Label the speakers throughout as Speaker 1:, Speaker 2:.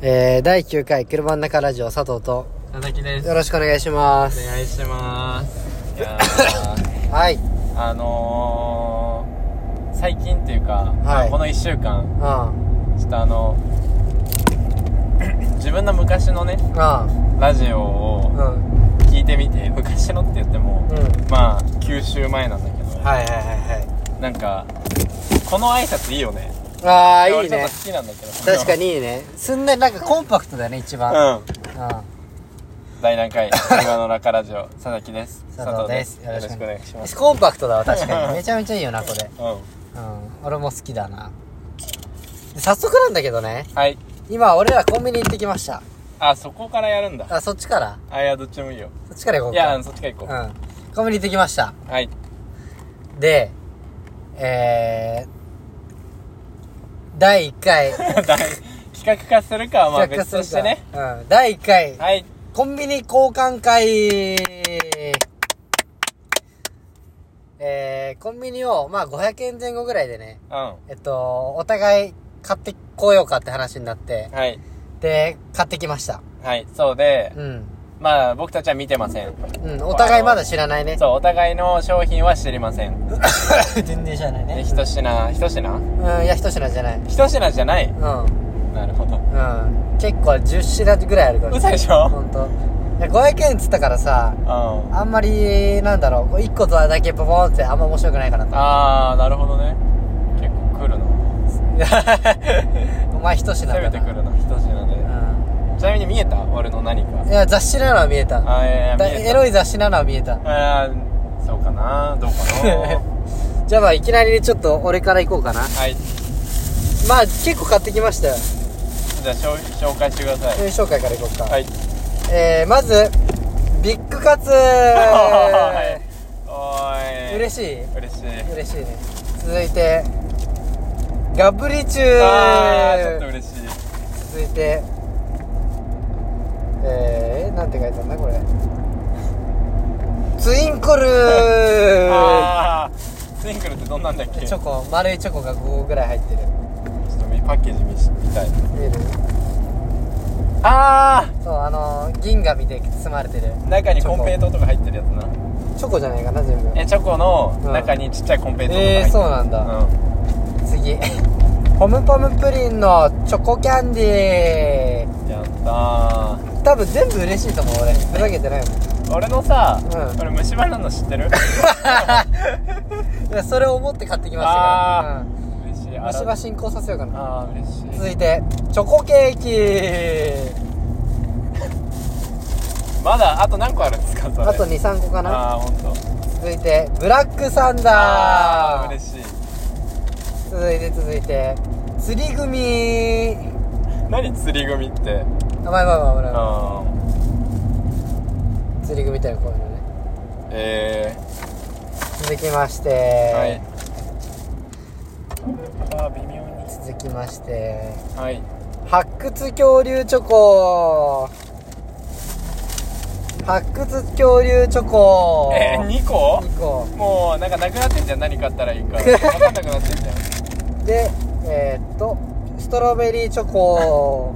Speaker 1: えー、第9回車の中ラジオ佐藤と
Speaker 2: 佐々木です
Speaker 1: よろしくお願いしま
Speaker 2: お
Speaker 1: す
Speaker 2: 願いしますいやー
Speaker 1: はい
Speaker 2: あのー、最近っていうか、
Speaker 1: はい
Speaker 2: この1週間
Speaker 1: あ
Speaker 2: ちょっとあの自分の昔のね
Speaker 1: ああ
Speaker 2: ラジオ
Speaker 1: あ
Speaker 2: を
Speaker 1: うん
Speaker 2: 聞いてみて昔のって言っても、
Speaker 1: うん
Speaker 2: まあ9週前なんだけど、
Speaker 1: はいはいはいは
Speaker 2: なんかこの挨拶いいよね
Speaker 1: いああ
Speaker 2: 俺
Speaker 1: いい
Speaker 2: ちょ
Speaker 1: ね
Speaker 2: っと好きなんだけど
Speaker 1: 確かにいいねすんなりなんかコンパクトだね一番
Speaker 2: うん第何回今の中ラジオ佐々木です
Speaker 1: 佐藤です
Speaker 2: 佐藤よろしくお願いし
Speaker 1: う
Speaker 2: ま
Speaker 1: ん
Speaker 2: す
Speaker 1: コンパクトだわ確かにめちゃめちゃいいよなこれ
Speaker 2: う
Speaker 1: うん俺も好きだなで早速なんだけどね
Speaker 2: んはい
Speaker 1: 今俺らコンビニ行ってきました
Speaker 2: あそこからやるんだ
Speaker 1: あそっちから
Speaker 2: あいやどっちもいいよ
Speaker 1: そっちから行こう
Speaker 2: い
Speaker 1: か
Speaker 2: やそっちから行こう、
Speaker 1: うんコンビニ行ってきました
Speaker 2: はい
Speaker 1: で、えー、第1回、
Speaker 2: だい企画化するかはまあ
Speaker 1: 企画
Speaker 2: 別
Speaker 1: する
Speaker 2: と
Speaker 1: か
Speaker 2: してね。
Speaker 1: うん、第1回、
Speaker 2: はい
Speaker 1: コンビニ交換会。えー、コンビニを、まあ500円前後ぐらいでね、
Speaker 2: うんは
Speaker 1: えっと、お互い買ってこようかって話になって、
Speaker 2: い
Speaker 1: で、買ってきました。
Speaker 2: はいそうで、
Speaker 1: うん。
Speaker 2: まあ僕たちは見てませ
Speaker 1: う
Speaker 2: ん
Speaker 1: ん、お互いまだ知らないね。
Speaker 2: そうお互いの商品は知りません
Speaker 1: 全然知らない
Speaker 2: で一品一品
Speaker 1: うん、いや、一品じゃない。
Speaker 2: 一品じゃない
Speaker 1: うん。
Speaker 2: なるほど
Speaker 1: うん。結構10品ぐらいあるから。
Speaker 2: 嘘でしょ
Speaker 1: ほんといや500円っつったからさ
Speaker 2: うんあ
Speaker 1: あんまりなんだろうこう1個とだけポポンってあんま面白くないかなと
Speaker 2: あーなるほどね結構来るな
Speaker 1: お前一品だ
Speaker 2: 攻
Speaker 1: な
Speaker 2: めてくるな一品で、ちなみに見えた俺の何か
Speaker 1: うんいや雑誌なのは見えた
Speaker 2: あいやいや見
Speaker 1: だ
Speaker 2: えた
Speaker 1: エロい雑誌なのは見えた
Speaker 2: あーそうかなどうか
Speaker 1: じゃあまあいきなりちょっと俺から行こうかな
Speaker 2: なはい
Speaker 1: まあ結構買ってきましたよ
Speaker 2: じゃあ紹紹介してください
Speaker 1: 商品紹介から行こうか、
Speaker 2: はい
Speaker 1: えー、まずビッグカツ
Speaker 2: おい
Speaker 1: 嬉
Speaker 2: し
Speaker 1: しい
Speaker 2: い嬉しい
Speaker 1: 嬉しいね続いてガブリチュー
Speaker 2: あーちょっと嬉しい
Speaker 1: 続いてえー、なんて書いてあるんだこれ ツインコルー
Speaker 2: あーツインクルってどんなんだっけ
Speaker 1: チョコ丸いチョコが5個ぐらい入ってる
Speaker 2: ちょっと見パッケージ見し見たい
Speaker 1: 見える
Speaker 2: あ
Speaker 1: そうあのー、銀紙で包まれてる
Speaker 2: ー中にコンペイトーとか入ってるやつな
Speaker 1: チョコじゃないかな全部
Speaker 2: えチョコの中にちっちゃいコンペイトーとか入って
Speaker 1: え
Speaker 2: る
Speaker 1: ー、そうなんだ、次 ポムポムプリンのチョコキャンディ
Speaker 2: うんやった
Speaker 1: ー多分全部嬉しいと思う俺ふざけてないもん
Speaker 2: ー俺のさ、
Speaker 1: うん
Speaker 2: 俺虫歯なの知ってる
Speaker 1: いやそれを思って買ってきましたから
Speaker 2: あ嬉しい
Speaker 1: うん
Speaker 2: あら
Speaker 1: 虫歯進行させようかな
Speaker 2: あー嬉し
Speaker 1: 続いてチョコケーキ
Speaker 2: いまだあと何個あるんですかそれ
Speaker 1: あと23個かな
Speaker 2: ああ本当。
Speaker 1: 続いてブラックサンダー
Speaker 2: あー嬉しい
Speaker 1: 続いて続いて釣り組
Speaker 2: 何釣り組って
Speaker 1: あまあまあまあまあまあ
Speaker 2: あー
Speaker 1: 釣り組みたいなこういうのね
Speaker 2: え
Speaker 1: 続きまして、
Speaker 2: ー、はいあー微妙に
Speaker 1: 続きまして
Speaker 2: はい
Speaker 1: 発掘恐竜チョコ発掘恐竜チョコ
Speaker 2: えー、2個
Speaker 1: 2個
Speaker 2: もうなんかなくなってんじゃん何買ったらいいか 分かんなくなってんじゃん
Speaker 1: でえー、っとストロベリーチョコ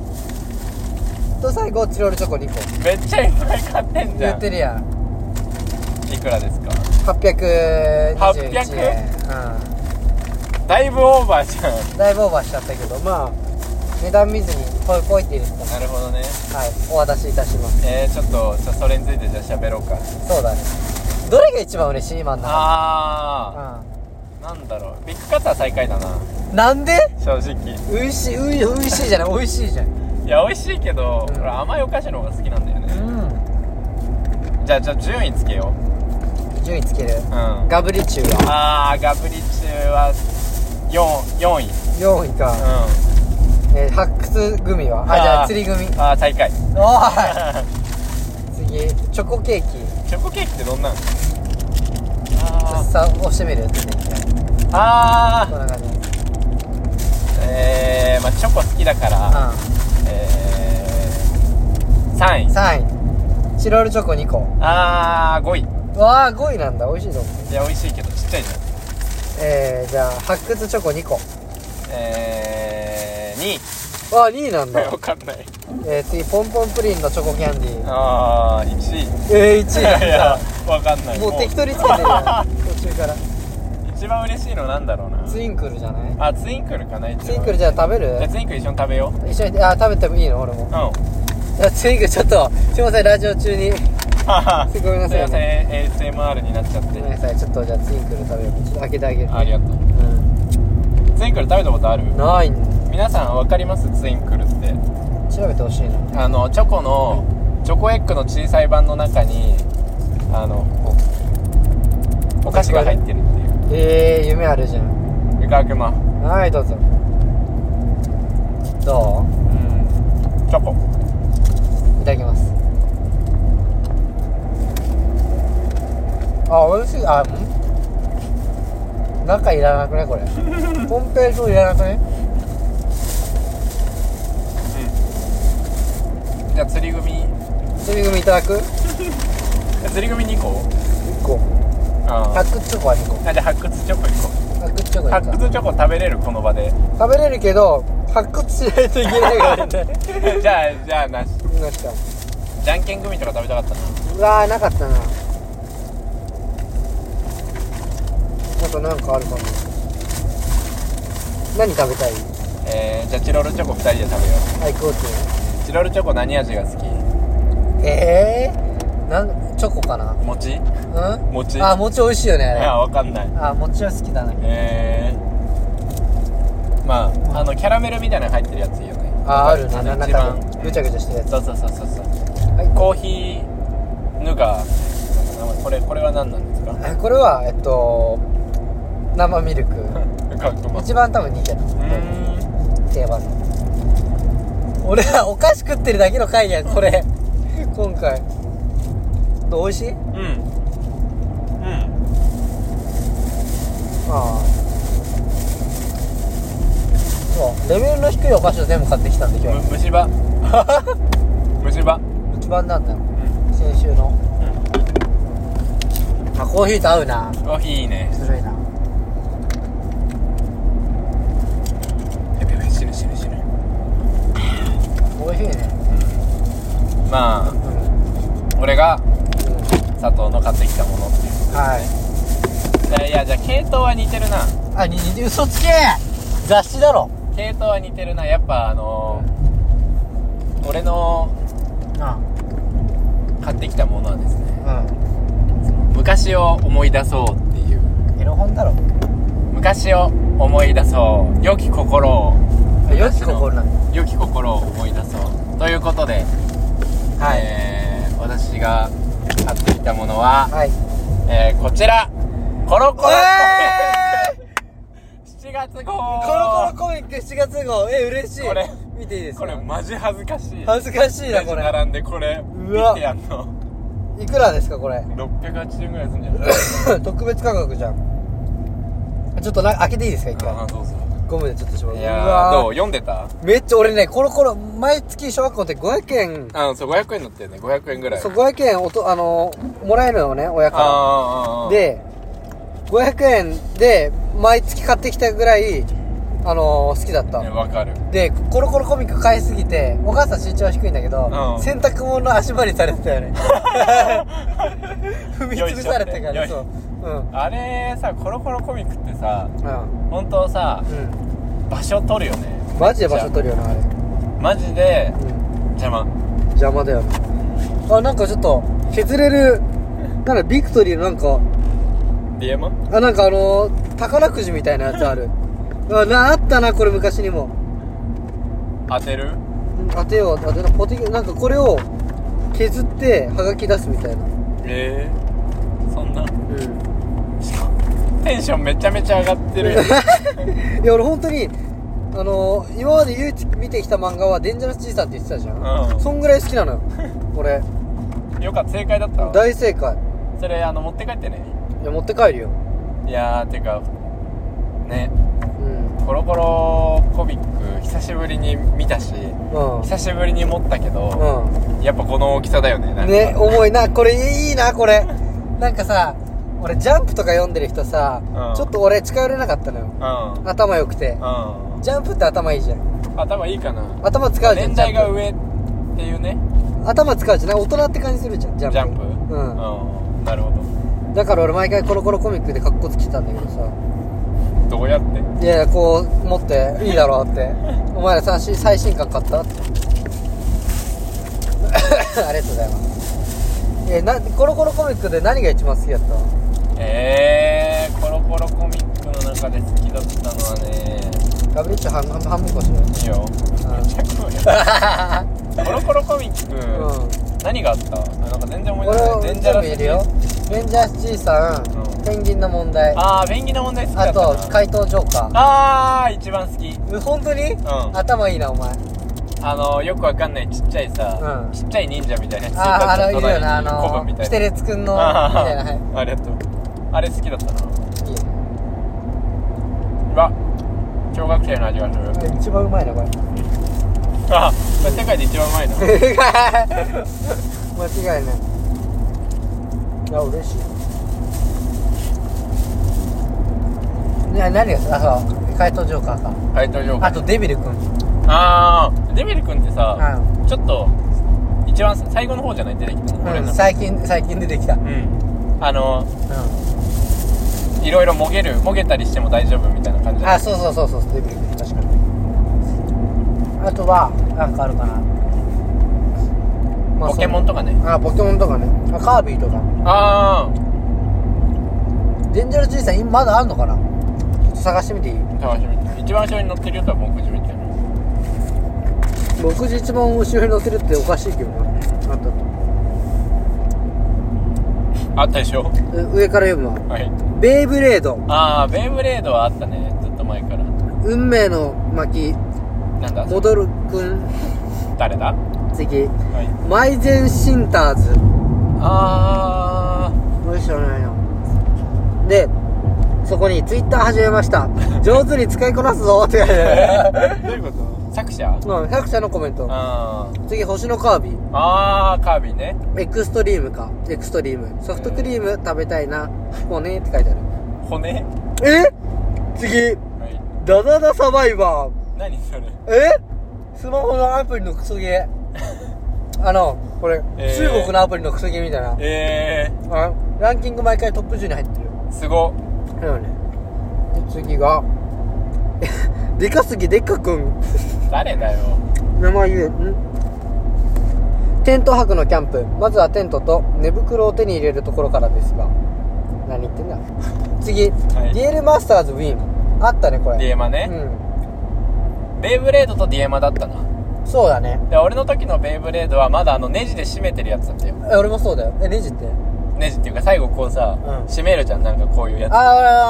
Speaker 1: と最後チロルチョコ2個
Speaker 2: めっちゃいっぱい買ってんじ
Speaker 1: 言
Speaker 2: ゃ
Speaker 1: っ
Speaker 2: ん
Speaker 1: てるやん
Speaker 2: いくらですか
Speaker 1: 821円
Speaker 2: だいぶオーバーじゃ
Speaker 1: うん、だいぶオーバーしちゃったけどまあ値段見ずにポイポイって入れてたの
Speaker 2: んなるほどね
Speaker 1: はいお渡しいたします
Speaker 2: えー、ちょっとじゃあそれについてじゃあ喋ろうか
Speaker 1: そうだねどれが一番嬉しい今の中
Speaker 2: あーなんだろうビッグカツは最下位だな
Speaker 1: うんなんで
Speaker 2: 正直
Speaker 1: 美味しいうい美味しいじゃない美味しいじゃんう
Speaker 2: いや美味しいけど、
Speaker 1: うん
Speaker 2: 俺甘いお菓子の方が好きなんだよね
Speaker 1: ん
Speaker 2: じゃあじゃあ順位つけよ
Speaker 1: 順位つける
Speaker 2: ううん
Speaker 1: ガブリチューは
Speaker 2: あーガブリチューは4四位
Speaker 1: 4位か、
Speaker 2: う
Speaker 1: えー、発掘組はあ
Speaker 2: あー
Speaker 1: じゃあ釣り組
Speaker 2: んあー最下位
Speaker 1: おい次チョコケーキ
Speaker 2: チョコケーキってどんなんあ
Speaker 1: さ押してみるって言って
Speaker 2: ーあ
Speaker 1: こんな感じうん
Speaker 2: ーえー、まあチョコ好きだからえー、3位
Speaker 1: 3位チロルチョコ2個
Speaker 2: あー5位
Speaker 1: わあ5位なんだ美味しいと思う
Speaker 2: いや美味しいけどちっちゃいじゃん
Speaker 1: えー、じゃあ発掘チョコ2個
Speaker 2: えー、2位
Speaker 1: あ2位なんだ
Speaker 2: わかんない
Speaker 1: えー、次ポンポンプリンのチョコキャンディー
Speaker 2: ああ1位い
Speaker 1: えー、1位なん
Speaker 2: やいや
Speaker 1: だ
Speaker 2: わかんない
Speaker 1: もう適当につけてるやん途中から
Speaker 2: 一番嬉しいのなんだろうな
Speaker 1: ツインクルじゃない
Speaker 2: あツインクルかな一番
Speaker 1: ツインクルじゃあ食べる
Speaker 2: じゃあツインクル一緒に食べよう
Speaker 1: 一緒にあ食べてもいいの俺も
Speaker 2: うん
Speaker 1: いやツインクルちょっとすいませんラジオ中に すごいなさい
Speaker 2: すいません ASMR になっちゃっ
Speaker 1: ごめんな
Speaker 2: て
Speaker 1: さいちょっとじゃあツインクル食べようちょっと開けてあげる
Speaker 2: ありがとう
Speaker 1: う
Speaker 2: ツインクル食べたことある
Speaker 1: んないん
Speaker 2: 皆さんわかりますツインクルって
Speaker 1: 調べてほしいな
Speaker 2: あのチョコのチョコエッグの小さい版の中にあのおお菓子が入ってるっていう
Speaker 1: ええー、夢あるじゃん
Speaker 2: ゆかくまうん
Speaker 1: はいどうぞど
Speaker 2: チョコ
Speaker 1: ういただきますあ美味しいあん中いらなくねこれコンペイトいらなくね
Speaker 2: じゃあ釣り組
Speaker 1: 釣り組いただく
Speaker 2: え釣り組2個
Speaker 1: 1個
Speaker 2: あ
Speaker 1: 発掘チョコは2個
Speaker 2: あじゃあ発掘チョコ1
Speaker 1: 発掘チョコい
Speaker 2: 個
Speaker 1: い
Speaker 2: 発
Speaker 1: か
Speaker 2: 掘チョコ食べれるこの場で
Speaker 1: 食べれるけど発掘しないといけないからね
Speaker 2: じゃあじゃあなし
Speaker 1: なんか
Speaker 2: じゃんけん組とか食べたかったな
Speaker 1: うわーなかったなあとなんかあるかな何食べたい
Speaker 2: えー、じゃあチロルチョコ2人で食べよ
Speaker 1: アイクオー
Speaker 2: うチロルチョコ何味が好き
Speaker 1: テええー、なんチョコかな
Speaker 2: 餅
Speaker 1: うん
Speaker 2: 餅
Speaker 1: あ餅美味しいよね
Speaker 2: いや
Speaker 1: あ
Speaker 2: わかんない
Speaker 1: れあ餅は好きだね
Speaker 2: えー、まああのキャラメルみたいなの入ってるやついいよね
Speaker 1: ああるね
Speaker 2: あ
Speaker 1: な
Speaker 2: の
Speaker 1: んか
Speaker 2: 一番
Speaker 1: ぐちゃぐちゃしてるやつ
Speaker 2: そうそうそうそうそう
Speaker 1: はい
Speaker 2: コーヒーヌガーこれこれは何なんで すか
Speaker 1: あこれはえっと生ミ ルク
Speaker 2: ヌガーくまう
Speaker 1: 一番多分人気だと思う
Speaker 2: ーん
Speaker 1: 定番の俺らお菓子食ってるだけの回やんこれ今回どう美味しい
Speaker 2: うんうん
Speaker 1: ああそうレベルの低いお菓子を全部買ってきたんで今日
Speaker 2: む虫歯 虫歯
Speaker 1: 一番なんだよ
Speaker 2: うん
Speaker 1: 先週の、あコーヒーと合うな
Speaker 2: コーヒーいいね
Speaker 1: ずるいな
Speaker 2: やべやべ死ぬ死ぬ死ぬ
Speaker 1: 美味しいね
Speaker 2: まあ
Speaker 1: うん、うん
Speaker 2: 俺が佐藤の買ってきたものっていう
Speaker 1: はい
Speaker 2: いやいやじゃあ系統は似てるな
Speaker 1: あにに嘘つけ雑誌だろ
Speaker 2: 系統は似てるなやっぱあのー俺の
Speaker 1: あ
Speaker 2: 買ってきたものはですね
Speaker 1: あ
Speaker 2: 昔を思い出そうっていう
Speaker 1: うんエロ本だろ
Speaker 2: 昔を思い出そう良き心を
Speaker 1: あ良き心なんだ
Speaker 2: 良き心を思い出そうということで、
Speaker 1: はい、
Speaker 2: えー、私が買ってきたものは、
Speaker 1: はい
Speaker 2: えー、こちらコロコロコ
Speaker 1: え
Speaker 2: ミッ ク7月号
Speaker 1: コロコロコミック7月号え嬉しい
Speaker 2: これ
Speaker 1: 見ていいです
Speaker 2: こ
Speaker 1: か
Speaker 2: れマジ恥ずかしい
Speaker 1: 恥ずかしいなこれ
Speaker 2: 並んでこれ
Speaker 1: うわ
Speaker 2: 見てやんの
Speaker 1: いくらですかこれ
Speaker 2: 680円ぐらいすんじゃな い
Speaker 1: 特別価格じゃんちょっとな開けていいですか一回
Speaker 2: あどうぞ
Speaker 1: ゴムでちょっと絞る
Speaker 2: いうやー
Speaker 1: わ
Speaker 2: どう読んでた
Speaker 1: ーめっちゃ俺ねコロコロ毎月小学校って500円
Speaker 2: あのそう500円だったよね500円ぐらい
Speaker 1: そう500円おとあのーもらえるのね親か
Speaker 2: あーあーあ
Speaker 1: ら
Speaker 2: ー
Speaker 1: で500円で毎月買ってきたぐらいあのー好きだった
Speaker 2: ねわかる
Speaker 1: でコロコロコミック買いすぎてお母さん身長は低いんだけど、
Speaker 2: うん
Speaker 1: 洗濯物の足場にされてたよ ね 踏み潰されてから
Speaker 2: よい
Speaker 1: ね
Speaker 2: し
Speaker 1: そ
Speaker 2: ょ
Speaker 1: う
Speaker 2: っ
Speaker 1: うんうん
Speaker 2: あれさコロコロコミックってさ
Speaker 1: う
Speaker 2: 本当さ
Speaker 1: ん
Speaker 2: 場所取るよね
Speaker 1: マジで場所取るよなあれ、
Speaker 2: マジで
Speaker 1: うん、
Speaker 2: 邪魔
Speaker 1: 邪魔だよなあなんかちょっと削れるなんかビクトリーのなんか
Speaker 2: ディエマ
Speaker 1: あなんかあのー宝くじみたいなやつあるあなあったなこれ昔にも
Speaker 2: 当てる
Speaker 1: うん当てよう当てようポテキなんかこれを削ってはがき出すみたいな
Speaker 2: えー、そんな
Speaker 1: うん
Speaker 2: テンションめちゃめちゃ上がってるやん
Speaker 1: いや俺本当にあのー、今まで唯一見てきた漫画は「デンジャラス爺さん」って言ってたじゃん、
Speaker 2: うん
Speaker 1: そんぐらい好きなのよ 俺
Speaker 2: よかった正解だったわ
Speaker 1: 大正解
Speaker 2: それあの持って帰ってね
Speaker 1: いや持って帰るよ
Speaker 2: いやーてかね
Speaker 1: うん
Speaker 2: コロコロコミック久しぶりに見たし
Speaker 1: うん
Speaker 2: 久しぶりに持ったけど、
Speaker 1: う
Speaker 2: やっぱこの大きさだよねなんか
Speaker 1: んね重いなこれいいなこれなんかさ俺「ジャンプ」とか読んでる人さ、
Speaker 2: うん
Speaker 1: ちょっと俺近寄れなかったのよ
Speaker 2: うん
Speaker 1: 頭良くて
Speaker 2: うん
Speaker 1: ジャンプって頭いいじゃん
Speaker 2: 頭いいかな
Speaker 1: 頭使うじゃん
Speaker 2: 年代が
Speaker 1: ジャン
Speaker 2: 上っていうね
Speaker 1: プ頭使うじゃん大人って感じするじゃんジ
Speaker 2: ジ
Speaker 1: ャンプ
Speaker 2: ャンプ
Speaker 1: うん
Speaker 2: うんなるほ
Speaker 1: だから俺毎回コロコロコミックでカッコつけてたんだけどさ
Speaker 2: どどうやって
Speaker 1: いやいやこう持っていいだろうってお前ら最新最新刊買ったって ありがとうございますえなコロコロコミックで何が一番好きだった
Speaker 2: えー、コロコロコミックの中で好きだったのはね
Speaker 1: ガブリッチョ半半半分こしよう
Speaker 2: いいよめっちゃ 食うよコロコロコミック、
Speaker 1: う
Speaker 2: 何があったあなんか全然思い出
Speaker 1: 俺
Speaker 2: せない
Speaker 1: は
Speaker 2: デンジ
Speaker 1: 全
Speaker 2: ャラ
Speaker 1: 部
Speaker 2: ス
Speaker 1: いるよデンジャース G さん、
Speaker 2: うん
Speaker 1: ペンギンの問題あ
Speaker 2: ああペンギンの問題好きだったな
Speaker 1: と怪盗ジョーカー
Speaker 2: あー一番好き
Speaker 1: え本当に、
Speaker 2: ん
Speaker 1: 頭いいなお前
Speaker 2: あのよくわかんないちっちゃいさ、
Speaker 1: うん
Speaker 2: ちっちゃい忍者みたいなやつ
Speaker 1: あああのいるよなあ
Speaker 2: コブ
Speaker 1: の
Speaker 2: みたいな
Speaker 1: キテレツくんのみ
Speaker 2: あ
Speaker 1: たいなはい
Speaker 2: ーありがとうあれ好きだったない
Speaker 1: いよ
Speaker 2: うわ小学生の味がする、
Speaker 1: 一番うまい なこれ
Speaker 2: あこれ世界で一番うまいの
Speaker 1: 間違いないいや嬉しいいや何があそう怪盗ジョーカーか
Speaker 2: 怪盗ジョーカー
Speaker 1: あとデビルくん
Speaker 2: あーデビル君ってさ、
Speaker 1: う
Speaker 2: ちょっと一番最後の方じゃない出てきたの、俺
Speaker 1: ん、う
Speaker 2: の
Speaker 1: ん、最近最近出てきたうん
Speaker 2: うんあのいろいろもげるもげたりしても大丈夫みたいな感じだ
Speaker 1: あ
Speaker 2: った
Speaker 1: そうそうそうそうデビルくん確かにあとはなんかあるかな、
Speaker 2: ポケモ
Speaker 1: ン
Speaker 2: ンとかね
Speaker 1: あポケモンとかねあカービィとか
Speaker 2: あ
Speaker 1: デンジャラじいさん今まだあんのかなちょっと探してみていい
Speaker 2: あ楽しみ一番後ろに乗ってるよとは僕自分じゃない
Speaker 1: 僕一番後ろに乗せるっておかしいけどなあったあっ
Speaker 2: あったでしょ
Speaker 1: たう上から読むのは
Speaker 2: はい
Speaker 1: ベイブレード
Speaker 2: ああベイブレードはあったねずっと前から
Speaker 1: 運命の巻
Speaker 2: なんだ
Speaker 1: 戻るくん
Speaker 2: 誰だ、
Speaker 1: 次
Speaker 2: はい、
Speaker 1: マイゼンシンターズ
Speaker 2: あ
Speaker 1: これ知らないなでそこにツイッター始めました上手に使いこなすぞって言わ れて
Speaker 2: あどういうこと作者
Speaker 1: うん100社のコメント
Speaker 2: あー
Speaker 1: 次星のカービィ
Speaker 2: あーカービィね
Speaker 1: エクストリームかエクストリームソフトクリーム食べたいなもうねって書いてある
Speaker 2: 骨
Speaker 1: え次
Speaker 2: はい
Speaker 1: ダダダサバイバー
Speaker 2: 何それ
Speaker 1: えスマホのアプリのクソゲーあのこれ、
Speaker 2: えー
Speaker 1: 中国のアプリのクソゲーみたいな
Speaker 2: ええ
Speaker 1: あランキング毎回トップ10に入ってるよ
Speaker 2: ー、すご
Speaker 1: だよねで次が でかすぎでっかくん
Speaker 2: 誰だよ
Speaker 1: 名前言えんテント泊のキャンプまずはテントと寝袋を手に入れるところからですが何言ってんだ 次、
Speaker 2: い
Speaker 1: ディエルマスターズウィンあったねこれ
Speaker 2: ディエマね、ベイブレードとディエマだったな
Speaker 1: うんそうだね
Speaker 2: で俺の時のベイブレードはまだあのネジで締めてるやつだったよ
Speaker 1: え俺もそうだよえネジって
Speaker 2: ネジっていうか最後こうさ、
Speaker 1: うん
Speaker 2: 締めるじゃんなんかこういうやつ
Speaker 1: あ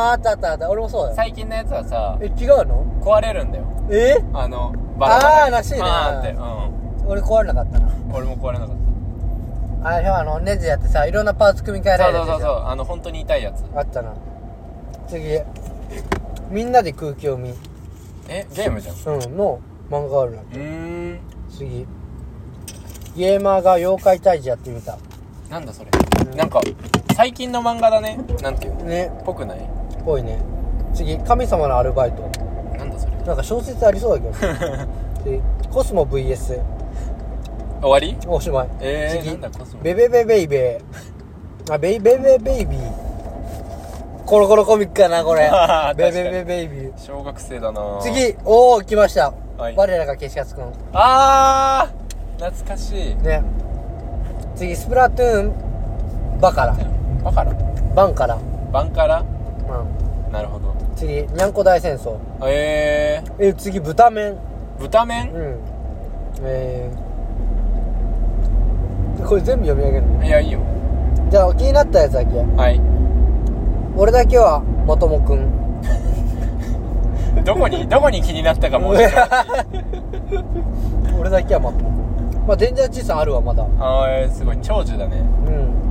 Speaker 1: ああったあったあった俺もそうだよ
Speaker 2: 最近のやつはさ
Speaker 1: え違うの
Speaker 2: 壊れるんだよ
Speaker 1: え
Speaker 2: あの
Speaker 1: あーらしいね
Speaker 2: あーってう
Speaker 1: 俺壊れなかったなん
Speaker 2: 俺も壊れなかっ
Speaker 1: あれあのネジやってさいろんなパーツ組み替えら
Speaker 2: た
Speaker 1: れる
Speaker 2: そ
Speaker 1: や
Speaker 2: う
Speaker 1: つ
Speaker 2: そうそう
Speaker 1: じ
Speaker 2: そ
Speaker 1: ゃ
Speaker 2: うあの本当に痛いやつ
Speaker 1: んあったな次みんなで空気読みう
Speaker 2: えゲームじゃんうん
Speaker 1: の漫画あるな
Speaker 2: ーん
Speaker 1: 次ゲーマーが妖怪退治やってみた
Speaker 2: なんだそれ、なんか最近の漫画だねなんていうの
Speaker 1: ね
Speaker 2: ぽくない
Speaker 1: ぽいね次神様のアルバイト
Speaker 2: なんだそれ
Speaker 1: なんか小説ありそうだけど 次コスモ VS
Speaker 2: 終わり
Speaker 1: おしまい
Speaker 2: えー、なんだコスモ
Speaker 1: ベベベベイベ ーあベイベベベイビーコロコロコミックかなこれ
Speaker 2: 確かに
Speaker 1: ベベベベイビー
Speaker 2: 小学生だな
Speaker 1: 次おお来ました、
Speaker 2: はい
Speaker 1: 我らが消しカツくん
Speaker 2: あー懐かしい
Speaker 1: ね次スプラトゥーンバカラ
Speaker 2: バカラ
Speaker 1: バンカラ、
Speaker 2: バンカラ
Speaker 1: うん、
Speaker 2: なるほど
Speaker 1: 次にゃんこ大戦争
Speaker 2: え
Speaker 1: え次豚麺
Speaker 2: ー、豚
Speaker 1: う
Speaker 2: 麺
Speaker 1: んえー、これ全部読み上げるの
Speaker 2: いやいいよ
Speaker 1: じゃあ気になったやつだけ
Speaker 2: はい
Speaker 1: 俺だけはまともく ん
Speaker 2: どこに どこに気になったか も
Speaker 1: 俺だけはまともくんまあデンジャーチーさんあるわまだ
Speaker 2: あーすごい長寿だね
Speaker 1: うん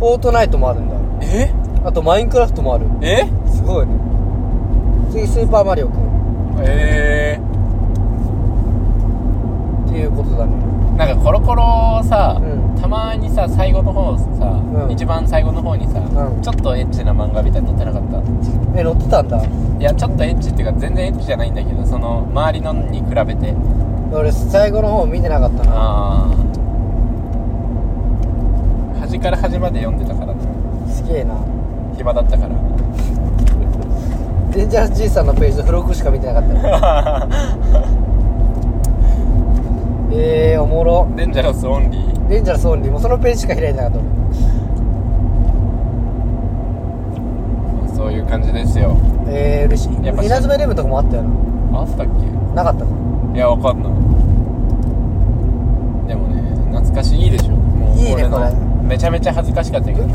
Speaker 1: フォートナイトもあるんだ
Speaker 2: え
Speaker 1: あとマインクラフトもある
Speaker 2: え
Speaker 1: すごいね次スーパーマリオくん
Speaker 2: えー、
Speaker 1: っていうことだね
Speaker 2: なんかコロコロさ、
Speaker 1: うん
Speaker 2: たまにさ最後の方さ、
Speaker 1: うん
Speaker 2: 一番最後の方にさ、
Speaker 1: うん
Speaker 2: ちょっとエッチな漫画みたいに載ってなかった
Speaker 1: え乗ってたんだ
Speaker 2: いやちょっとエッチっていうか全然エッチじゃないんだけどその周りのに比べて
Speaker 1: 俺最後の方見てなかったな
Speaker 2: ああ端から端まで読んでたからね
Speaker 1: すげえな
Speaker 2: 暇だったから
Speaker 1: デンジャラス爺さんのページの付録しか見てなかったよえー、おもろ
Speaker 2: デンジャラスオンリー
Speaker 1: デンジャラスオンリーもうそのページしか開いてなかった
Speaker 2: まあそういう感じですよ
Speaker 1: 俺えー、嬉しい
Speaker 2: やっぱ
Speaker 1: 稲妻イレブンとかもあったよな
Speaker 2: あったっけ
Speaker 1: なかったか
Speaker 2: いやわかんないでもね懐かしいいいでしょもう
Speaker 1: いいね
Speaker 2: 俺の
Speaker 1: こ
Speaker 2: めちゃめちゃ恥ずかしかったけ ど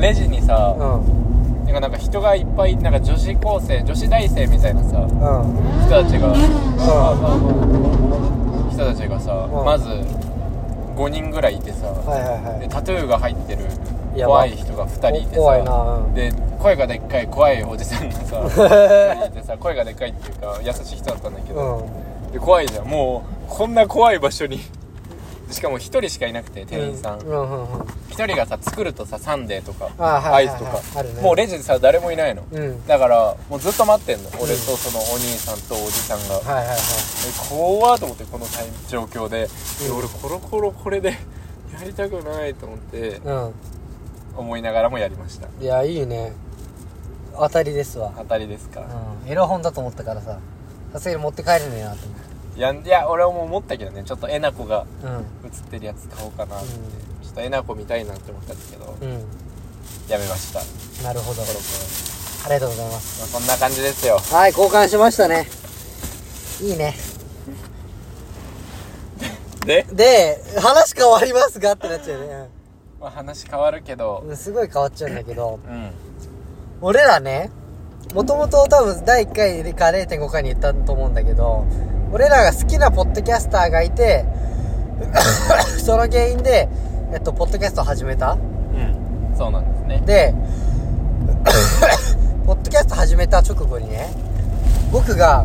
Speaker 2: レジにさ、
Speaker 1: うん
Speaker 2: なんかなんか人がいっぱいなんか女子高生女子大生みたいなさ
Speaker 1: うんうん
Speaker 2: 人たちが人たちがさ、
Speaker 1: うん
Speaker 2: まず5人ぐらいいてさ、
Speaker 1: はいはいは
Speaker 2: で
Speaker 1: い
Speaker 2: タトゥーが入ってる
Speaker 1: やば
Speaker 2: 怖い人が2人いてさ
Speaker 1: お怖いなうん
Speaker 2: で声がでっかい怖いおじさんがさ 一人いてさ声がでっかいっていうか優しい人だったんだけ
Speaker 1: う
Speaker 2: ど、
Speaker 1: ん
Speaker 2: で怖いじゃんもうこんな怖い場所に しかも1人しかいなくて店員さん、
Speaker 1: う
Speaker 2: 1
Speaker 1: んうんうん
Speaker 2: 人がさ作るとさサンデーとか
Speaker 1: あー
Speaker 2: ア
Speaker 1: はい
Speaker 2: イ
Speaker 1: は
Speaker 2: ス
Speaker 1: い
Speaker 2: と
Speaker 1: はい
Speaker 2: か、
Speaker 1: あるね
Speaker 2: もうレジでさ誰もいないの、
Speaker 1: うん
Speaker 2: だからもうずっと待ってんの俺とそのお兄さんとおじさんが、
Speaker 1: はいはいはい
Speaker 2: え怖っと思ってこのタイミング状況で、で
Speaker 1: うん
Speaker 2: 俺コロコロこれで やりたくないと思って
Speaker 1: うん
Speaker 2: 思いながらもやりました
Speaker 1: いやいいね当たりですわ
Speaker 2: 当たりですか、
Speaker 1: うんエロ本だと思ったからささすがに持って帰れねえなと思って
Speaker 2: いやいや俺はもう思ったけどねちょっとえなこが
Speaker 1: う
Speaker 2: 映ってるやつ買おうかなって、
Speaker 1: う
Speaker 2: ちょっとえなこ見たいなって思ったんですけど、
Speaker 1: んうん
Speaker 2: やめましたコ
Speaker 1: なるほどあ
Speaker 2: ロコロ、
Speaker 1: りがとうございます
Speaker 2: まあ、こんな感じですよ
Speaker 1: はい交換しましたねいいね
Speaker 2: で、
Speaker 1: で話変わりますがってなっちゃうね
Speaker 2: まあ、話変わるけど
Speaker 1: うんすごい変わっちゃうんだけど
Speaker 2: うん
Speaker 1: 俺らねもともと多分第1回か0.5回に言ったと思うんだけど俺らが好きなポッドキャスターがいて その原因で、えっと、ポッドキャストを始めた
Speaker 2: うんそうなんですね
Speaker 1: で ポッドキャスト始めた直後にね僕が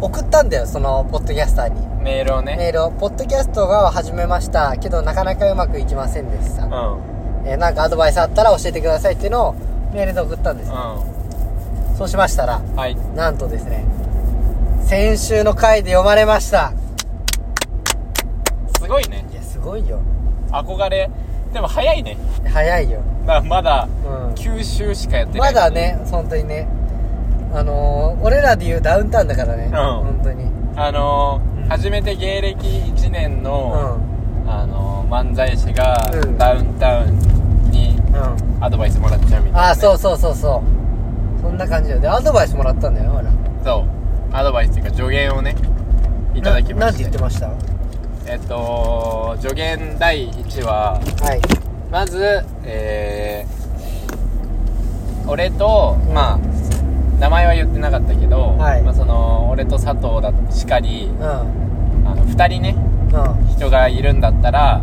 Speaker 1: 送ったんだよそのポッドキャスターに
Speaker 2: メールをね
Speaker 1: メールを「ポッドキャストが始めましたけどなかなかうまくいきませんでした
Speaker 2: う」ん
Speaker 1: えーなんかアドバイスあったら教えてください」っていうのをメールで送ったんです
Speaker 2: う
Speaker 1: そうしましたら
Speaker 2: んはい
Speaker 1: なんとですね先週の回で読まれました
Speaker 2: すごいね
Speaker 1: いやすごいよ
Speaker 2: 憧れでも早いね
Speaker 1: 早いよ
Speaker 2: まあまだ
Speaker 1: うん
Speaker 2: 九州しかやってな
Speaker 1: ま
Speaker 2: い
Speaker 1: だね本当にねあのー、俺らでいうダウンタウンだからね、
Speaker 2: ん
Speaker 1: 本当に
Speaker 2: あのー
Speaker 1: うん
Speaker 2: 初めて芸歴1年の、
Speaker 1: う
Speaker 2: あのー漫才師が
Speaker 1: うん
Speaker 2: ダウンタウンに
Speaker 1: んうん
Speaker 2: アドバイスもらっちゃうみたいなね、
Speaker 1: ああそうそうそうそうそんな感じよでアドバイスもらったんだよほら
Speaker 2: そうアドバイスっていうか助言をねいただきま
Speaker 1: なな
Speaker 2: した
Speaker 1: んて言ってましたは
Speaker 2: えっと助言第1話
Speaker 1: い
Speaker 2: まずえー俺と、
Speaker 1: うん
Speaker 2: まあ名前は言ってなかったけど、
Speaker 1: はい
Speaker 2: まあ、その俺と佐藤だしかり
Speaker 1: うん
Speaker 2: あの2人ね
Speaker 1: うん
Speaker 2: 人がいるんだったら、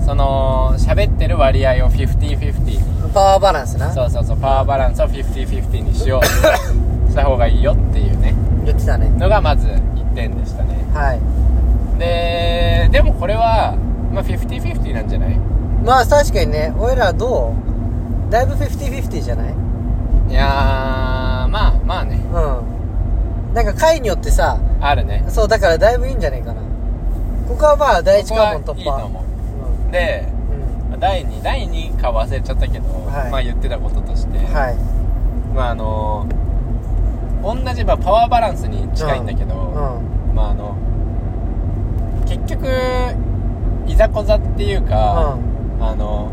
Speaker 1: う
Speaker 2: その喋ってる割合を50-50に
Speaker 1: んパワーバランスな
Speaker 2: そうそうそうパワーバランスを50-50にし ようした方がいいよっていうね
Speaker 1: 言ってたね
Speaker 2: のがまず1点でしたね
Speaker 1: はい
Speaker 2: ででもこれは、まあ、50-50なんじゃない
Speaker 1: まあ確かにね俺らどうだいぶ50-50じゃないうん
Speaker 2: いやーまあまあね
Speaker 1: なんか回によってさ
Speaker 2: あるね
Speaker 1: そうだからだいぶいいんじゃないかなここはまあ第一
Speaker 2: ここは
Speaker 1: 関門突
Speaker 2: いいと
Speaker 1: 破
Speaker 2: 思うで
Speaker 1: うん
Speaker 2: まあ第2第2か忘れちゃったけど、
Speaker 1: はい
Speaker 2: まあ言ってたこととして、
Speaker 1: うんはい
Speaker 2: まああの同じまあパワーバランスに近いんだけど、
Speaker 1: うん
Speaker 2: まああの結局いざこざっていうか、あの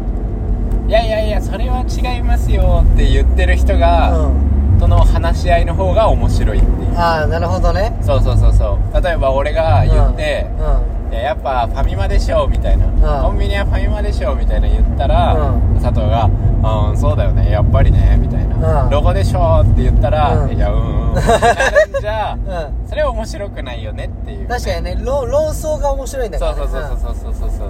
Speaker 2: いやいやいやそれは違いますよって言ってる人が、
Speaker 1: うんうん
Speaker 2: その話し合いの方が面白いっていう
Speaker 1: ああなるほどね
Speaker 2: そうそうそうそう例えば俺が言って
Speaker 1: うん、うん
Speaker 2: いややっぱファミマでしょみたいな、
Speaker 1: うん
Speaker 2: コンビニはファミマでしょみたいな言ったら、
Speaker 1: うん
Speaker 2: 佐藤が「うんそうだよねやっぱりね」みたいな、
Speaker 1: うん
Speaker 2: ロゴでしょ」って言ったら「
Speaker 1: うん
Speaker 2: いやうんう ん」みたいなんじゃ
Speaker 1: うん
Speaker 2: それは面白くないよねっていう
Speaker 1: 確かにね論論争が面白いんだか
Speaker 2: そ
Speaker 1: らね
Speaker 2: うそうそうそうそうそうそう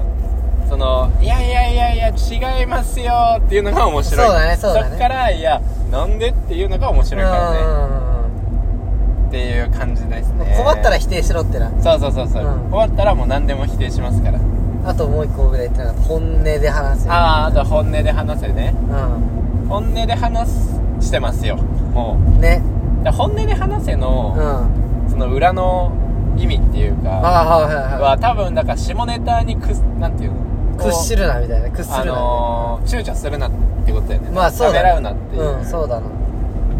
Speaker 2: その「いやいやいやいや違いますよ」っていうのが面白い
Speaker 1: そうだねそうだね
Speaker 2: そっから「いやなんで?」っていうのが面
Speaker 1: うん
Speaker 2: 白
Speaker 1: う
Speaker 2: いからね、
Speaker 1: ん
Speaker 2: っていう感じです
Speaker 1: うんうん
Speaker 2: ね
Speaker 1: 困ったら否定しろってな
Speaker 2: そうそうそうそう、
Speaker 1: うん
Speaker 2: 困ったらもう何でも否定しますから
Speaker 1: ああともう一個ぐらい言ってなかった本音で話す
Speaker 2: あああと本音で話せね本音で話すしてますよも
Speaker 1: うんね
Speaker 2: うだ本音で話せ
Speaker 1: うん
Speaker 2: の、
Speaker 1: あ
Speaker 2: その裏の意味っていう
Speaker 1: あ
Speaker 2: か
Speaker 1: はいはいは
Speaker 2: は多分だから下ネタにくすなんていうの
Speaker 1: い屈す
Speaker 2: る
Speaker 1: るなみたいな屈するな
Speaker 2: あ
Speaker 1: みたいな、
Speaker 2: のー、躊躇するなってことだよね
Speaker 1: まあそうだね
Speaker 2: ためらうなっていう、
Speaker 1: うんそうだな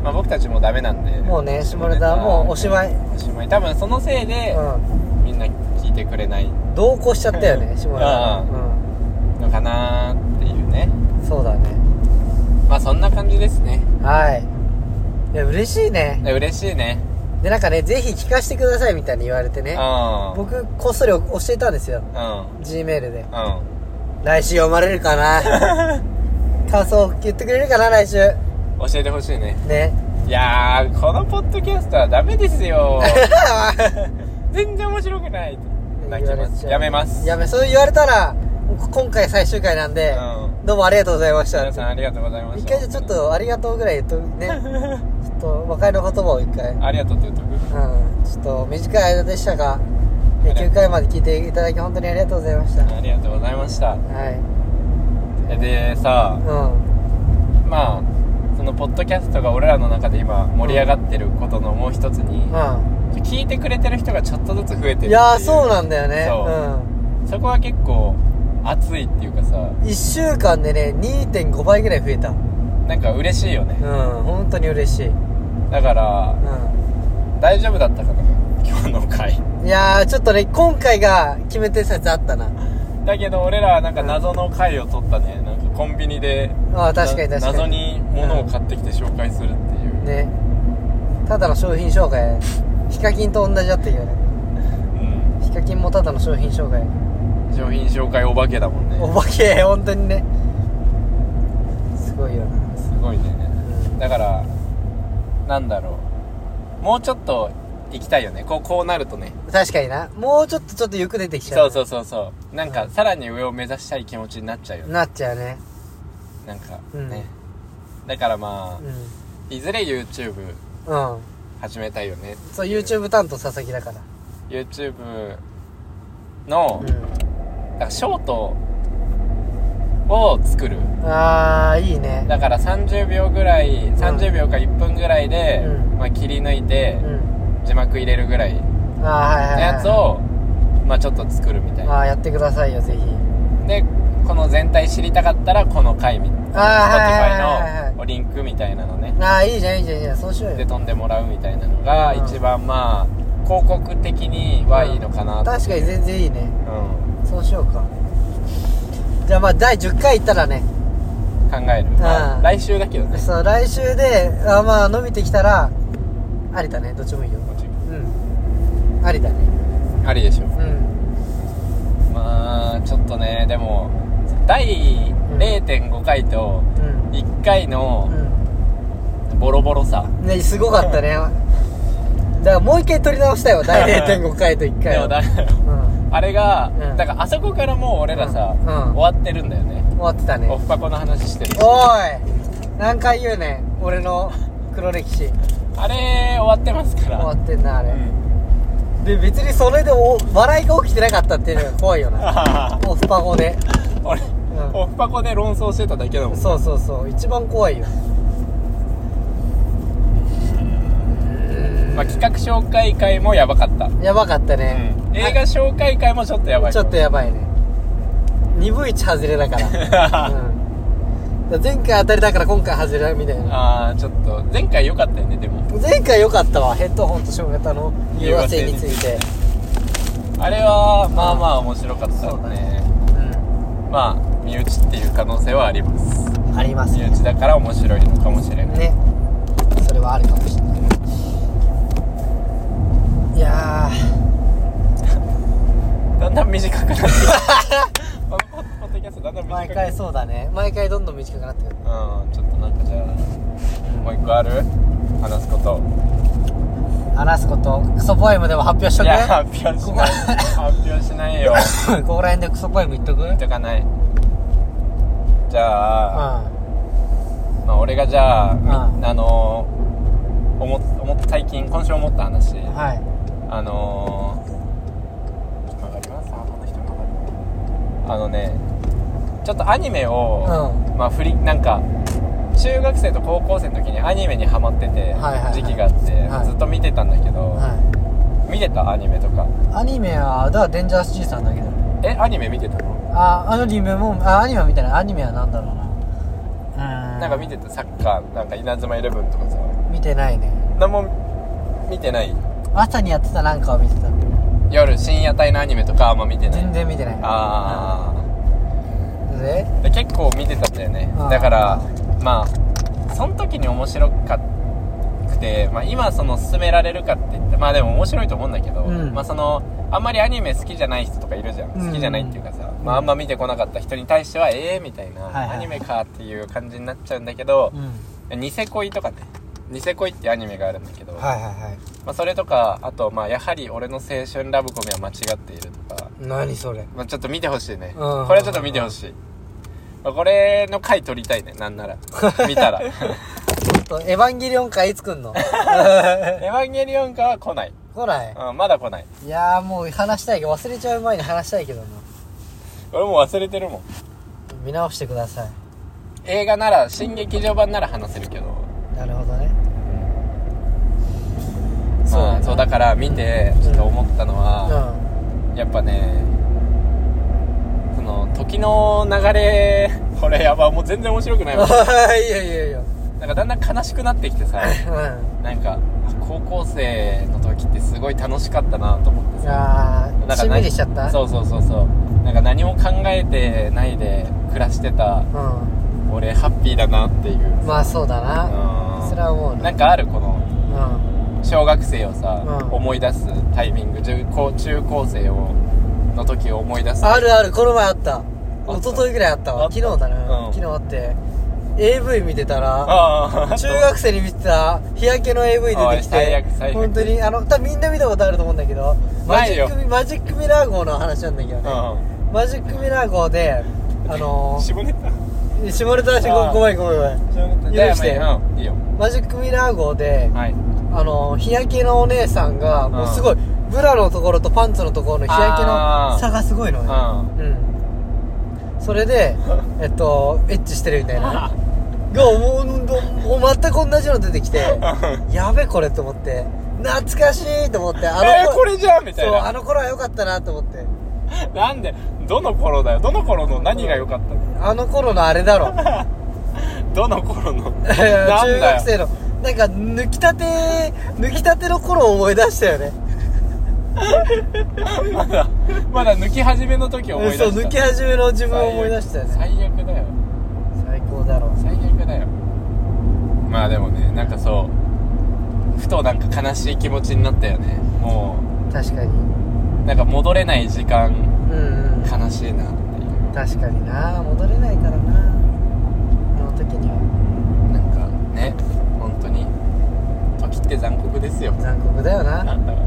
Speaker 2: まあ、僕たちもダメなんで
Speaker 1: もうね下ネタはもうおしまい、う
Speaker 2: おしまい多分そのせいで、
Speaker 1: ん、
Speaker 2: みんな聞いてくれない
Speaker 1: 同行しちゃったよね
Speaker 2: うん
Speaker 1: 下ネタ、う
Speaker 2: のかなーっていうね
Speaker 1: ん、そうだね
Speaker 2: まあそんな感じですね
Speaker 1: はいいや嬉しいね
Speaker 2: で嬉しいね
Speaker 1: でなんかねぜひ聞かせてくださいみたいに言われて
Speaker 2: う
Speaker 1: ね
Speaker 2: ん
Speaker 1: 僕こっそり教えたんですよ
Speaker 2: うん
Speaker 1: G メールで
Speaker 2: うん
Speaker 1: 来週読まれるかな 感想言ってくれるかな来週
Speaker 2: 教えてほしいね
Speaker 1: ね
Speaker 2: いやーこのポッドキャストはダメです よ全然面白くない泣きますやめます
Speaker 1: やめそう言われたら今回最終回なんで、
Speaker 2: う
Speaker 1: どうもありがとうございまし
Speaker 2: 皆
Speaker 1: た
Speaker 2: さんありがとうございまし
Speaker 1: 一
Speaker 2: た
Speaker 1: 回じゃちょっとありがとうぐらい言っと ねちょっと和解の言葉を一回うん
Speaker 2: ありがとうって言っとく
Speaker 1: ちょっと短い間でしたが
Speaker 2: ありがとう
Speaker 1: 9回まで聞いていただき本当にありがとうございました
Speaker 2: ありがとうございました
Speaker 1: はい
Speaker 2: えでさ
Speaker 1: う
Speaker 2: まあそのポッドキャストが俺らの中で今盛り上がってることのもう一つに、
Speaker 1: ん
Speaker 2: 聞いてくれてる人がちょっとずつ増えてるっ
Speaker 1: うん
Speaker 2: てい
Speaker 1: いやーそうなんだよね
Speaker 2: そそこは結構熱いっていうかさ
Speaker 1: うん1週間でね2.5倍ぐらい増えたうん
Speaker 2: なんか嬉しいよね、
Speaker 1: 本当に嬉しい、う
Speaker 2: だから
Speaker 1: ん、
Speaker 2: 大丈夫だったかな今日の回
Speaker 1: いやーちょっとね今回が決め手説あったな
Speaker 2: だけど俺らはなんか謎の回を取ったねなんかコンビニで
Speaker 1: ああ確かに
Speaker 2: な
Speaker 1: 確かに
Speaker 2: 謎に物を買ってきて紹介するっていう、
Speaker 1: ねただの商品紹介ヒカキンと同じだったよね
Speaker 2: うん
Speaker 1: ヒカキンもただの商品紹介
Speaker 2: 商品紹介お化けだもん
Speaker 1: お
Speaker 2: ね
Speaker 1: 化け本当にねすごいよな
Speaker 2: すごいねだからなんだろうもうちょっと行きたいよねこうこうなるとね
Speaker 1: 確かになもうちょっとちょっとよく出てきちゃう
Speaker 2: そうそうそうそうなんかさらに上を目指したい気持ちになっちゃうよね
Speaker 1: なっちゃうね
Speaker 2: なんか
Speaker 1: うん
Speaker 2: ね、だからまあ、
Speaker 1: う
Speaker 2: いずれ YouTube
Speaker 1: んうん
Speaker 2: 始めたいよね
Speaker 1: そう YouTube 担当佐々木だから
Speaker 2: YouTube の、
Speaker 1: う
Speaker 2: だ
Speaker 1: ん
Speaker 2: からショートを作る
Speaker 1: ああいいね
Speaker 2: だから30秒ぐらい30秒か1分ぐらいで、
Speaker 1: うん
Speaker 2: まあ、切り抜いて
Speaker 1: うん
Speaker 2: 字幕入れるぐらいの
Speaker 1: ああはいはい、はい、
Speaker 2: やつを、まあ、ちょっと作るみたい
Speaker 1: あ
Speaker 2: な
Speaker 1: あやってくださいよぜひ
Speaker 2: でこの全体知りたかったらこの回み
Speaker 1: ああはいはいはいは
Speaker 2: Spotify のリンクみたいなのね
Speaker 1: いああいいじゃんいいじゃんいいじゃんそうしよう
Speaker 2: で
Speaker 1: よ
Speaker 2: 飛んでもらうみたいなのが
Speaker 1: うん
Speaker 2: 一番まあ広告的にはいいのかなと
Speaker 1: 確かに全然いいね
Speaker 2: うん
Speaker 1: そうしようかじゃあまあ第10回行ったらね
Speaker 2: 考えるまあ来週だけどね
Speaker 1: そう来週であまあ伸びてきたらありだねどっちもいいようんありだね
Speaker 2: ありでしょ
Speaker 1: うん
Speaker 2: まあちょっとねでも第0.5回と
Speaker 1: うん
Speaker 2: 1回の
Speaker 1: う
Speaker 2: ボロボロさ
Speaker 1: んねすごかったねだからもう一回撮り直したよ第0.5回と1
Speaker 2: で
Speaker 1: 回
Speaker 2: も
Speaker 1: を
Speaker 2: だ
Speaker 1: うん
Speaker 2: あれが
Speaker 1: うん
Speaker 2: だからあそこからもう俺らさ
Speaker 1: うんうん
Speaker 2: 終わってるんだよね
Speaker 1: 終わってたね
Speaker 2: オフパコの話してるし
Speaker 1: おい何回言うねん俺の黒歴史終
Speaker 2: あれ終わってますから
Speaker 1: わってんなあれ、
Speaker 2: うん
Speaker 1: で別にそれでお笑いが起きてなかったっていうのが怖いよなオフパゴで
Speaker 2: 俺
Speaker 1: ん
Speaker 2: オフパコで論争してただけだもん
Speaker 1: そうそうそう一番怖いよ
Speaker 2: まあ、企画紹介会もやばかった、
Speaker 1: やばかったね、
Speaker 2: 映画紹介会もちょっとやばい
Speaker 1: ちょっとやばいね二分一外れだから うんだから前回当たりだから今回外れだみたいな
Speaker 2: ああちょっと前回良かったよねでも
Speaker 1: 前回良かったわヘッドホンと小型の融和性について
Speaker 2: あれはまあまあ面白かった
Speaker 1: そうだ
Speaker 2: ね
Speaker 1: う
Speaker 2: まあ身内っていう可能性はあります
Speaker 1: んあります
Speaker 2: 身
Speaker 1: ね
Speaker 2: 内だから面白いのかもしれない、
Speaker 1: ねそれはあるかもしれないいや
Speaker 2: だんだん短くなってきたこのポッポッドキャストだんだん
Speaker 1: ー
Speaker 2: 短
Speaker 1: 毎
Speaker 2: くな
Speaker 1: 回
Speaker 2: ってき
Speaker 1: そうだね毎回どんどん短くなってくる
Speaker 2: たうんちょっとなんかじゃあもう一個ある話すこと
Speaker 1: 話すことクソポエムでも発表しと
Speaker 2: い
Speaker 1: く
Speaker 2: や発表しない
Speaker 1: ここ
Speaker 2: 発表しないよ
Speaker 1: ここら辺でクソポエム言っとくう
Speaker 2: 言っとかないじゃあ、
Speaker 1: ん
Speaker 2: まあ、俺がじゃあ、み
Speaker 1: うん
Speaker 2: あのー、思っ思った最近今週思った話
Speaker 1: はい
Speaker 2: あのー、曲がりますあこの人曲がるあのねちょっとアニメを、
Speaker 1: う
Speaker 2: まあ振りなんか中学生と高校生の時にアニメにハマってて、
Speaker 1: はいはいはい
Speaker 2: 時期があって、
Speaker 1: はい
Speaker 2: ずっと見てたんだけど、
Speaker 1: は
Speaker 2: 見てたアニメとか
Speaker 1: いアニメはだからデンジャース G さんだけだ
Speaker 2: えアニメ見てたの
Speaker 1: あアニメもあアニメは見たないアニメはなんだろうなう
Speaker 2: なんか見てたサッカーなんか稲妻イレブンとかさ
Speaker 1: 見てないね
Speaker 2: 何も見てない
Speaker 1: 朝にやってたなんかを見てた
Speaker 2: 夜深夜帯のアニメとかあんま見てない
Speaker 1: 全然見てない
Speaker 2: ああ
Speaker 1: で
Speaker 2: で結構見てたんだよね
Speaker 1: あー
Speaker 2: だからまあその時に面白かくて、まあ、今その勧められるかって言ってまあでも面白いと思うんだけど、
Speaker 1: うん
Speaker 2: まあそのあんまりアニメ好きじゃない人とかいるじゃん
Speaker 1: うん
Speaker 2: 好きじゃないっていうかさ、
Speaker 1: うん
Speaker 2: まあ、あんま見てこなかった人に対してはええみたいな、
Speaker 1: はいはい
Speaker 2: アニメかっていう感じになっちゃうんだけど
Speaker 1: うん
Speaker 2: 「ニセ恋」とかね「ニセ恋」っていうアニメがあるんだけど、
Speaker 1: はいはいはい
Speaker 2: まあ、それとかあと、まあ、やはり俺の青春ラブコメは間違っているとか、
Speaker 1: 何それ
Speaker 2: まあ、ちょっと見てほしいね、
Speaker 1: うん
Speaker 2: これはちょっと見てほしい、まあ、これの回撮りたいねなん なら見たら「エ
Speaker 1: ちょっとエヴァンゲリオン会いつくんの
Speaker 2: ヴァンゲリオン」かは来ない、
Speaker 1: 来ない
Speaker 2: うん、まだ来ない
Speaker 1: いやーもう話したいけど忘れちゃう前に話したいけどな
Speaker 2: 俺もう忘れてるもん
Speaker 1: 見直してください
Speaker 2: 映画なら新劇場版なら話せるけど
Speaker 1: なるほどね
Speaker 2: そう,、
Speaker 1: だね
Speaker 2: そうだから見てちょっと思ったのは、
Speaker 1: う
Speaker 2: やっぱねその時の流れこれやばもう全然面白く ないわ
Speaker 1: んいやいやいや
Speaker 2: なんかだんだん悲しくなってきてさ
Speaker 1: う
Speaker 2: なんかあ高校生の時ってすごい楽しかったなと思って
Speaker 1: ん
Speaker 2: さ
Speaker 1: ああ
Speaker 2: なんか
Speaker 1: しんみりしちゃった
Speaker 2: なそうそうそうそうなんか何も考えてないで暮らしてた
Speaker 1: うう
Speaker 2: 俺ハッピーだなっていうん
Speaker 1: まあそうだな
Speaker 2: うん
Speaker 1: それは思う
Speaker 2: な
Speaker 1: ね
Speaker 2: んかあるこの
Speaker 1: うん
Speaker 2: 小学生をさ、
Speaker 1: うん
Speaker 2: 思い出すタイミング中高中高生をの時を思い出す
Speaker 1: あるあるこの前あった
Speaker 2: た
Speaker 1: 一昨日ぐらいあった
Speaker 2: あ
Speaker 1: わ
Speaker 2: った
Speaker 1: 昨日だな、
Speaker 2: うん
Speaker 1: 昨日あって AV 見てたら
Speaker 2: ああ
Speaker 1: 中学生に見てた日焼けの AV 出てき
Speaker 2: おい最
Speaker 1: て
Speaker 2: 悪最悪
Speaker 1: 本当にあの多分みんな見たことあると思うんだけどマ
Speaker 2: な
Speaker 1: ジ
Speaker 2: いよ
Speaker 1: ックミマジックミラー号の話なんだけどね
Speaker 2: う
Speaker 1: マジックミラー号であの
Speaker 2: ん下ネタ
Speaker 1: ー、下ネタだし
Speaker 2: あー
Speaker 1: ごごめんごめんごめん
Speaker 2: 下ネタ
Speaker 1: 許して
Speaker 2: じゃあまあうんいいよ
Speaker 1: マジックミラー号で
Speaker 2: はい
Speaker 1: あのー、日焼けのお姉さんがもううんすごいブラのところとパンツのところの日焼けの差がすごいのねうんそれ でえっとエッチしてるみたいながもうもう全く同じの出てき てやべこれと思って懐かしいと思ってあ
Speaker 2: えー、
Speaker 1: 頃
Speaker 2: これじゃんみた
Speaker 1: そ
Speaker 2: いう
Speaker 1: あ
Speaker 2: な
Speaker 1: の頃は良かったなと思って
Speaker 2: なんでどの頃だよどの頃の何が良かったの
Speaker 1: あの頃のあれ だろ
Speaker 2: どの頃のなん
Speaker 1: 中学
Speaker 2: だよ
Speaker 1: 生のなんか抜きたて抜きたての頃を思い出したよね
Speaker 2: まだまだ抜き始めの時を思い出した
Speaker 1: そう抜き始めの自分を思い出したよね
Speaker 2: 最悪だよ
Speaker 1: 最高だろ
Speaker 2: 最悪だよまあでもねなんかそうふとなんか悲しい気持ちになったよねも
Speaker 1: 確かに
Speaker 2: うなんか戻れない時間
Speaker 1: うん、うん、
Speaker 2: 悲しいなっていう
Speaker 1: 確かにな戻れないからなあの時には
Speaker 2: なんかね本当に時って残酷ですよ
Speaker 1: 残酷だよ
Speaker 2: な
Speaker 1: なん
Speaker 2: だろう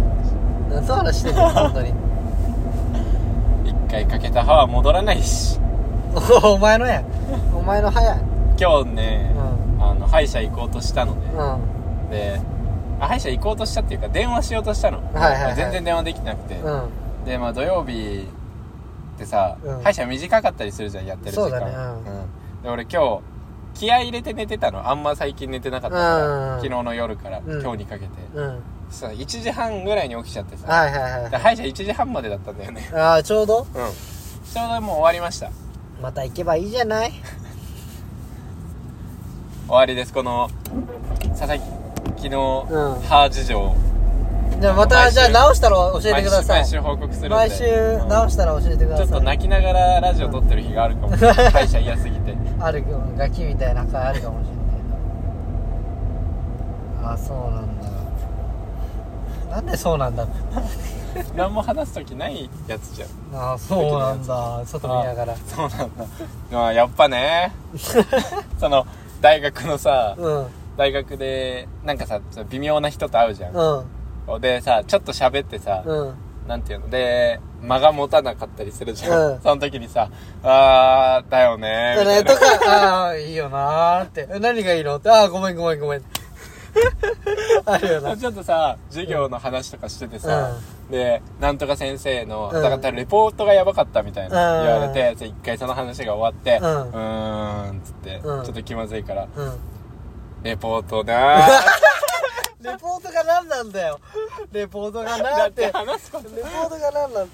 Speaker 1: 何の話してんの本当に
Speaker 2: 一回かけた歯は戻らないし
Speaker 1: おお前のやお前の歯や
Speaker 2: 今日ね
Speaker 1: う、ん
Speaker 2: あの歯医者行こうとしたのね、
Speaker 1: うん
Speaker 2: であ歯医者行こうとしたっていうか電話しようとしたの、
Speaker 1: はいはいはい
Speaker 2: 全然電話できなくて、
Speaker 1: うん
Speaker 2: でまあ土曜日ってさ、
Speaker 1: うん
Speaker 2: 歯医者短かったりするじゃんやってる時間
Speaker 1: そうだねうん
Speaker 2: で俺今日気合い入れて寝てたのあんま最近寝てなかったから、
Speaker 1: うん
Speaker 2: 昨日の夜から、
Speaker 1: うん
Speaker 2: 今日にかけて
Speaker 1: うん
Speaker 2: さ1時半ぐらいに起きちゃってさ
Speaker 1: はいはいはい
Speaker 2: で歯医者1時半までだったんだよね
Speaker 1: ああちょうど
Speaker 2: うんちょうどもう終わりました
Speaker 1: また行けばいいじゃない
Speaker 2: 終わりですこの佐々木昨日、
Speaker 1: うん
Speaker 2: 歯事情
Speaker 1: じゃあまた
Speaker 2: 毎週
Speaker 1: じゃあ直したら教えて
Speaker 2: 毎
Speaker 1: く
Speaker 2: 週
Speaker 1: ださい
Speaker 2: 毎週報告するんで
Speaker 1: 毎週
Speaker 2: うん
Speaker 1: 直したら教えてくだ
Speaker 2: ち
Speaker 1: さ
Speaker 2: ょ
Speaker 1: い
Speaker 2: っと泣きながらラジオ撮ってる日がある かもしれない歯医者嫌すぎて
Speaker 1: あるガキみたいな回あるかもしれないなあそうなんだなんでそうなんだ
Speaker 2: 何も話す時ないやつじゃん
Speaker 1: あそうなんだ外見ながら
Speaker 2: そうなんだまあやっぱ ねその大学のさ
Speaker 1: うん
Speaker 2: 大学でなんかさちょっと微妙な人と会うじゃん、
Speaker 1: うん
Speaker 2: でさちょっと喋ってさ、
Speaker 1: うん
Speaker 2: なんていうので間が持たなかったりするじゃん、
Speaker 1: うん
Speaker 2: その時にさ「あーだよね」み
Speaker 1: だね
Speaker 2: たい
Speaker 1: と
Speaker 2: な
Speaker 1: か、ああー、いいよなーって。え何がいいのって、ああ、ごめんご めんごめん。あるよな。
Speaker 2: ちょっとさ授業の話とかしててさ、でなんとか先生の、
Speaker 1: うん
Speaker 2: だからレポートがやばかったみたいな
Speaker 1: うん
Speaker 2: 言われて、じゃあ一回その話が終わって、う
Speaker 1: うん
Speaker 2: ーんっつって、ちょ
Speaker 1: うん
Speaker 2: っと気まずいから
Speaker 1: うん。
Speaker 2: レポートな ー
Speaker 1: レポートが何なんだよ。レポートが
Speaker 2: だ
Speaker 1: な
Speaker 2: っ
Speaker 1: ってて。レ
Speaker 2: 話すこ
Speaker 1: ポ
Speaker 2: と
Speaker 1: ートが何なんだよ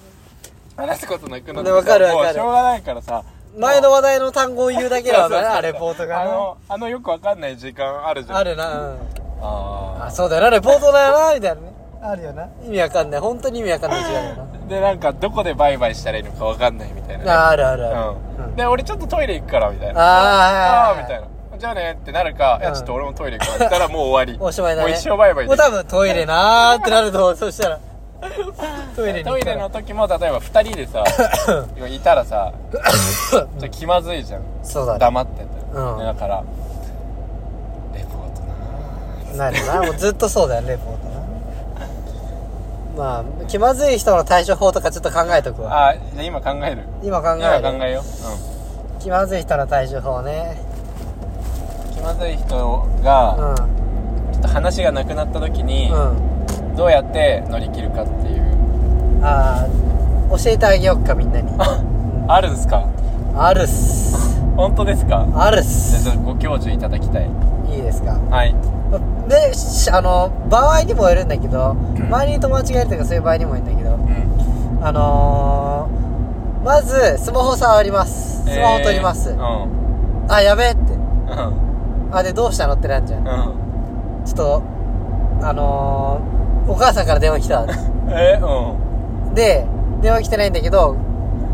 Speaker 2: 話すことなくなって
Speaker 1: わかるわかる
Speaker 2: もうしょうがないからさ
Speaker 1: 前の話題の単語を言うだけだ
Speaker 2: そうそう
Speaker 1: か
Speaker 2: そ
Speaker 1: ら、
Speaker 2: う
Speaker 1: レポートが
Speaker 2: あ
Speaker 1: な。
Speaker 2: のあのよくわかんない時間あるじゃん
Speaker 1: あるな。うん
Speaker 2: あ
Speaker 1: あ、そうだよな、レポートだよな、みたいなね。あるよな。意味わかんない。本当に意味わかんない時間だよな。
Speaker 2: ーでなんかどこでバイバイしたらいいのかわかんないみたいな
Speaker 1: ああるあるある。
Speaker 2: う、
Speaker 1: うんん
Speaker 2: で俺ちょっとトイレ行くからみたいな
Speaker 1: あーはいはいはい
Speaker 2: ーみたいなじゃあねってなるか、いや
Speaker 1: うん
Speaker 2: ちょっと俺もトイレ行くからって言ったらもう終わ り
Speaker 1: おしまいだね。
Speaker 2: もう一生バイバイ
Speaker 1: も
Speaker 2: で
Speaker 1: う多分トイレなーってなると思う、そしたら。トイレに
Speaker 2: トイレの時も例えば2人 でさいたらさちょっと気まずいじゃん
Speaker 1: そうだね。
Speaker 2: 黙ってて、
Speaker 1: うん
Speaker 2: だからレポートな
Speaker 1: なるな。もうずっとそうだよね、レポートな。まあ、気まずい人の対処法とかちょっと考えとくわ。
Speaker 2: あーじゃあ今考える
Speaker 1: 今考
Speaker 2: 今
Speaker 1: え
Speaker 2: 考
Speaker 1: る。
Speaker 2: えよ
Speaker 1: 気まずい人の対処法ね。
Speaker 2: う、うん、気まずい人
Speaker 1: う
Speaker 2: が、
Speaker 1: ん。
Speaker 2: ちょっと話がなくなった時に、
Speaker 1: うん。
Speaker 2: どうやって乗り切るかっていう
Speaker 1: あー、教えてあげよっか、みんな に。
Speaker 2: あるんすか
Speaker 1: あるっす。
Speaker 2: 本当ですか
Speaker 1: あるっ
Speaker 2: じゃあちょ
Speaker 1: す
Speaker 2: っ。とご教授いただきたい
Speaker 1: いいですか。
Speaker 2: はい
Speaker 1: で、しあの、場合にもよるんだけど、周りに友達がいるとかそういう場合にもよるんだけど、
Speaker 2: うん
Speaker 1: あのー、まず、スマホ触ります。スマホ取ります。
Speaker 2: えーうん
Speaker 1: あ、やべえって。
Speaker 2: うん
Speaker 1: あ、で、どうしたのってなんじゃん。ちょ
Speaker 2: うん
Speaker 1: っと、あのー、お母さんから電話来 た。
Speaker 2: えう
Speaker 1: で、電話来てないんだけど、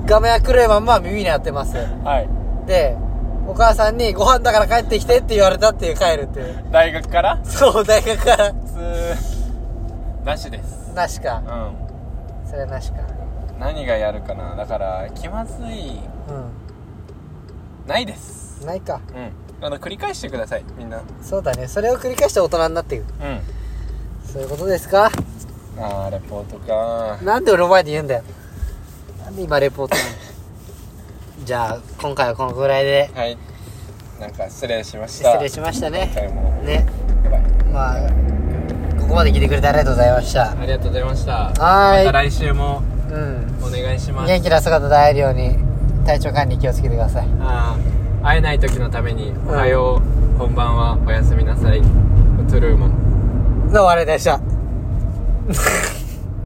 Speaker 1: 画面は黒いまんま耳に当ってます。
Speaker 2: んはい
Speaker 1: で、お母さんにご飯だから帰ってきてって言われたっていう帰るっていう。
Speaker 2: 大学から
Speaker 1: そう、大学から。
Speaker 2: 普通なしです
Speaker 1: なし
Speaker 2: う
Speaker 1: か。
Speaker 2: ん
Speaker 1: それはなしか。
Speaker 2: 何がやるかなだから気まずい
Speaker 1: うん
Speaker 2: ないです。
Speaker 1: ないか。
Speaker 2: うんあの繰り返してくださいみんな
Speaker 1: そうだね。それを繰り返して大人になっていく。
Speaker 2: うん
Speaker 1: そういうことですか
Speaker 2: あーレポートか
Speaker 1: なんで俺の前で言うんだよ。なんで今レポートなの じゃあ、今回はこのぐらいで
Speaker 2: はいなんか失礼しました
Speaker 1: 失礼しました
Speaker 2: 今
Speaker 1: ね。
Speaker 2: 回も
Speaker 1: ね。
Speaker 2: やばい
Speaker 1: まあ、ここまで聞いてくれてありがとうございました。
Speaker 2: ありがとうございましたまた
Speaker 1: は
Speaker 2: 来週も
Speaker 1: ーい。うん。
Speaker 2: お願いします
Speaker 1: 元気な姿で会えるように、体調管理気をつけてください。
Speaker 2: あー会えない時のために「
Speaker 1: ん
Speaker 2: おはよう」こんばんは」「おやすみなさい」「トゥルーマン」
Speaker 1: のあれでした。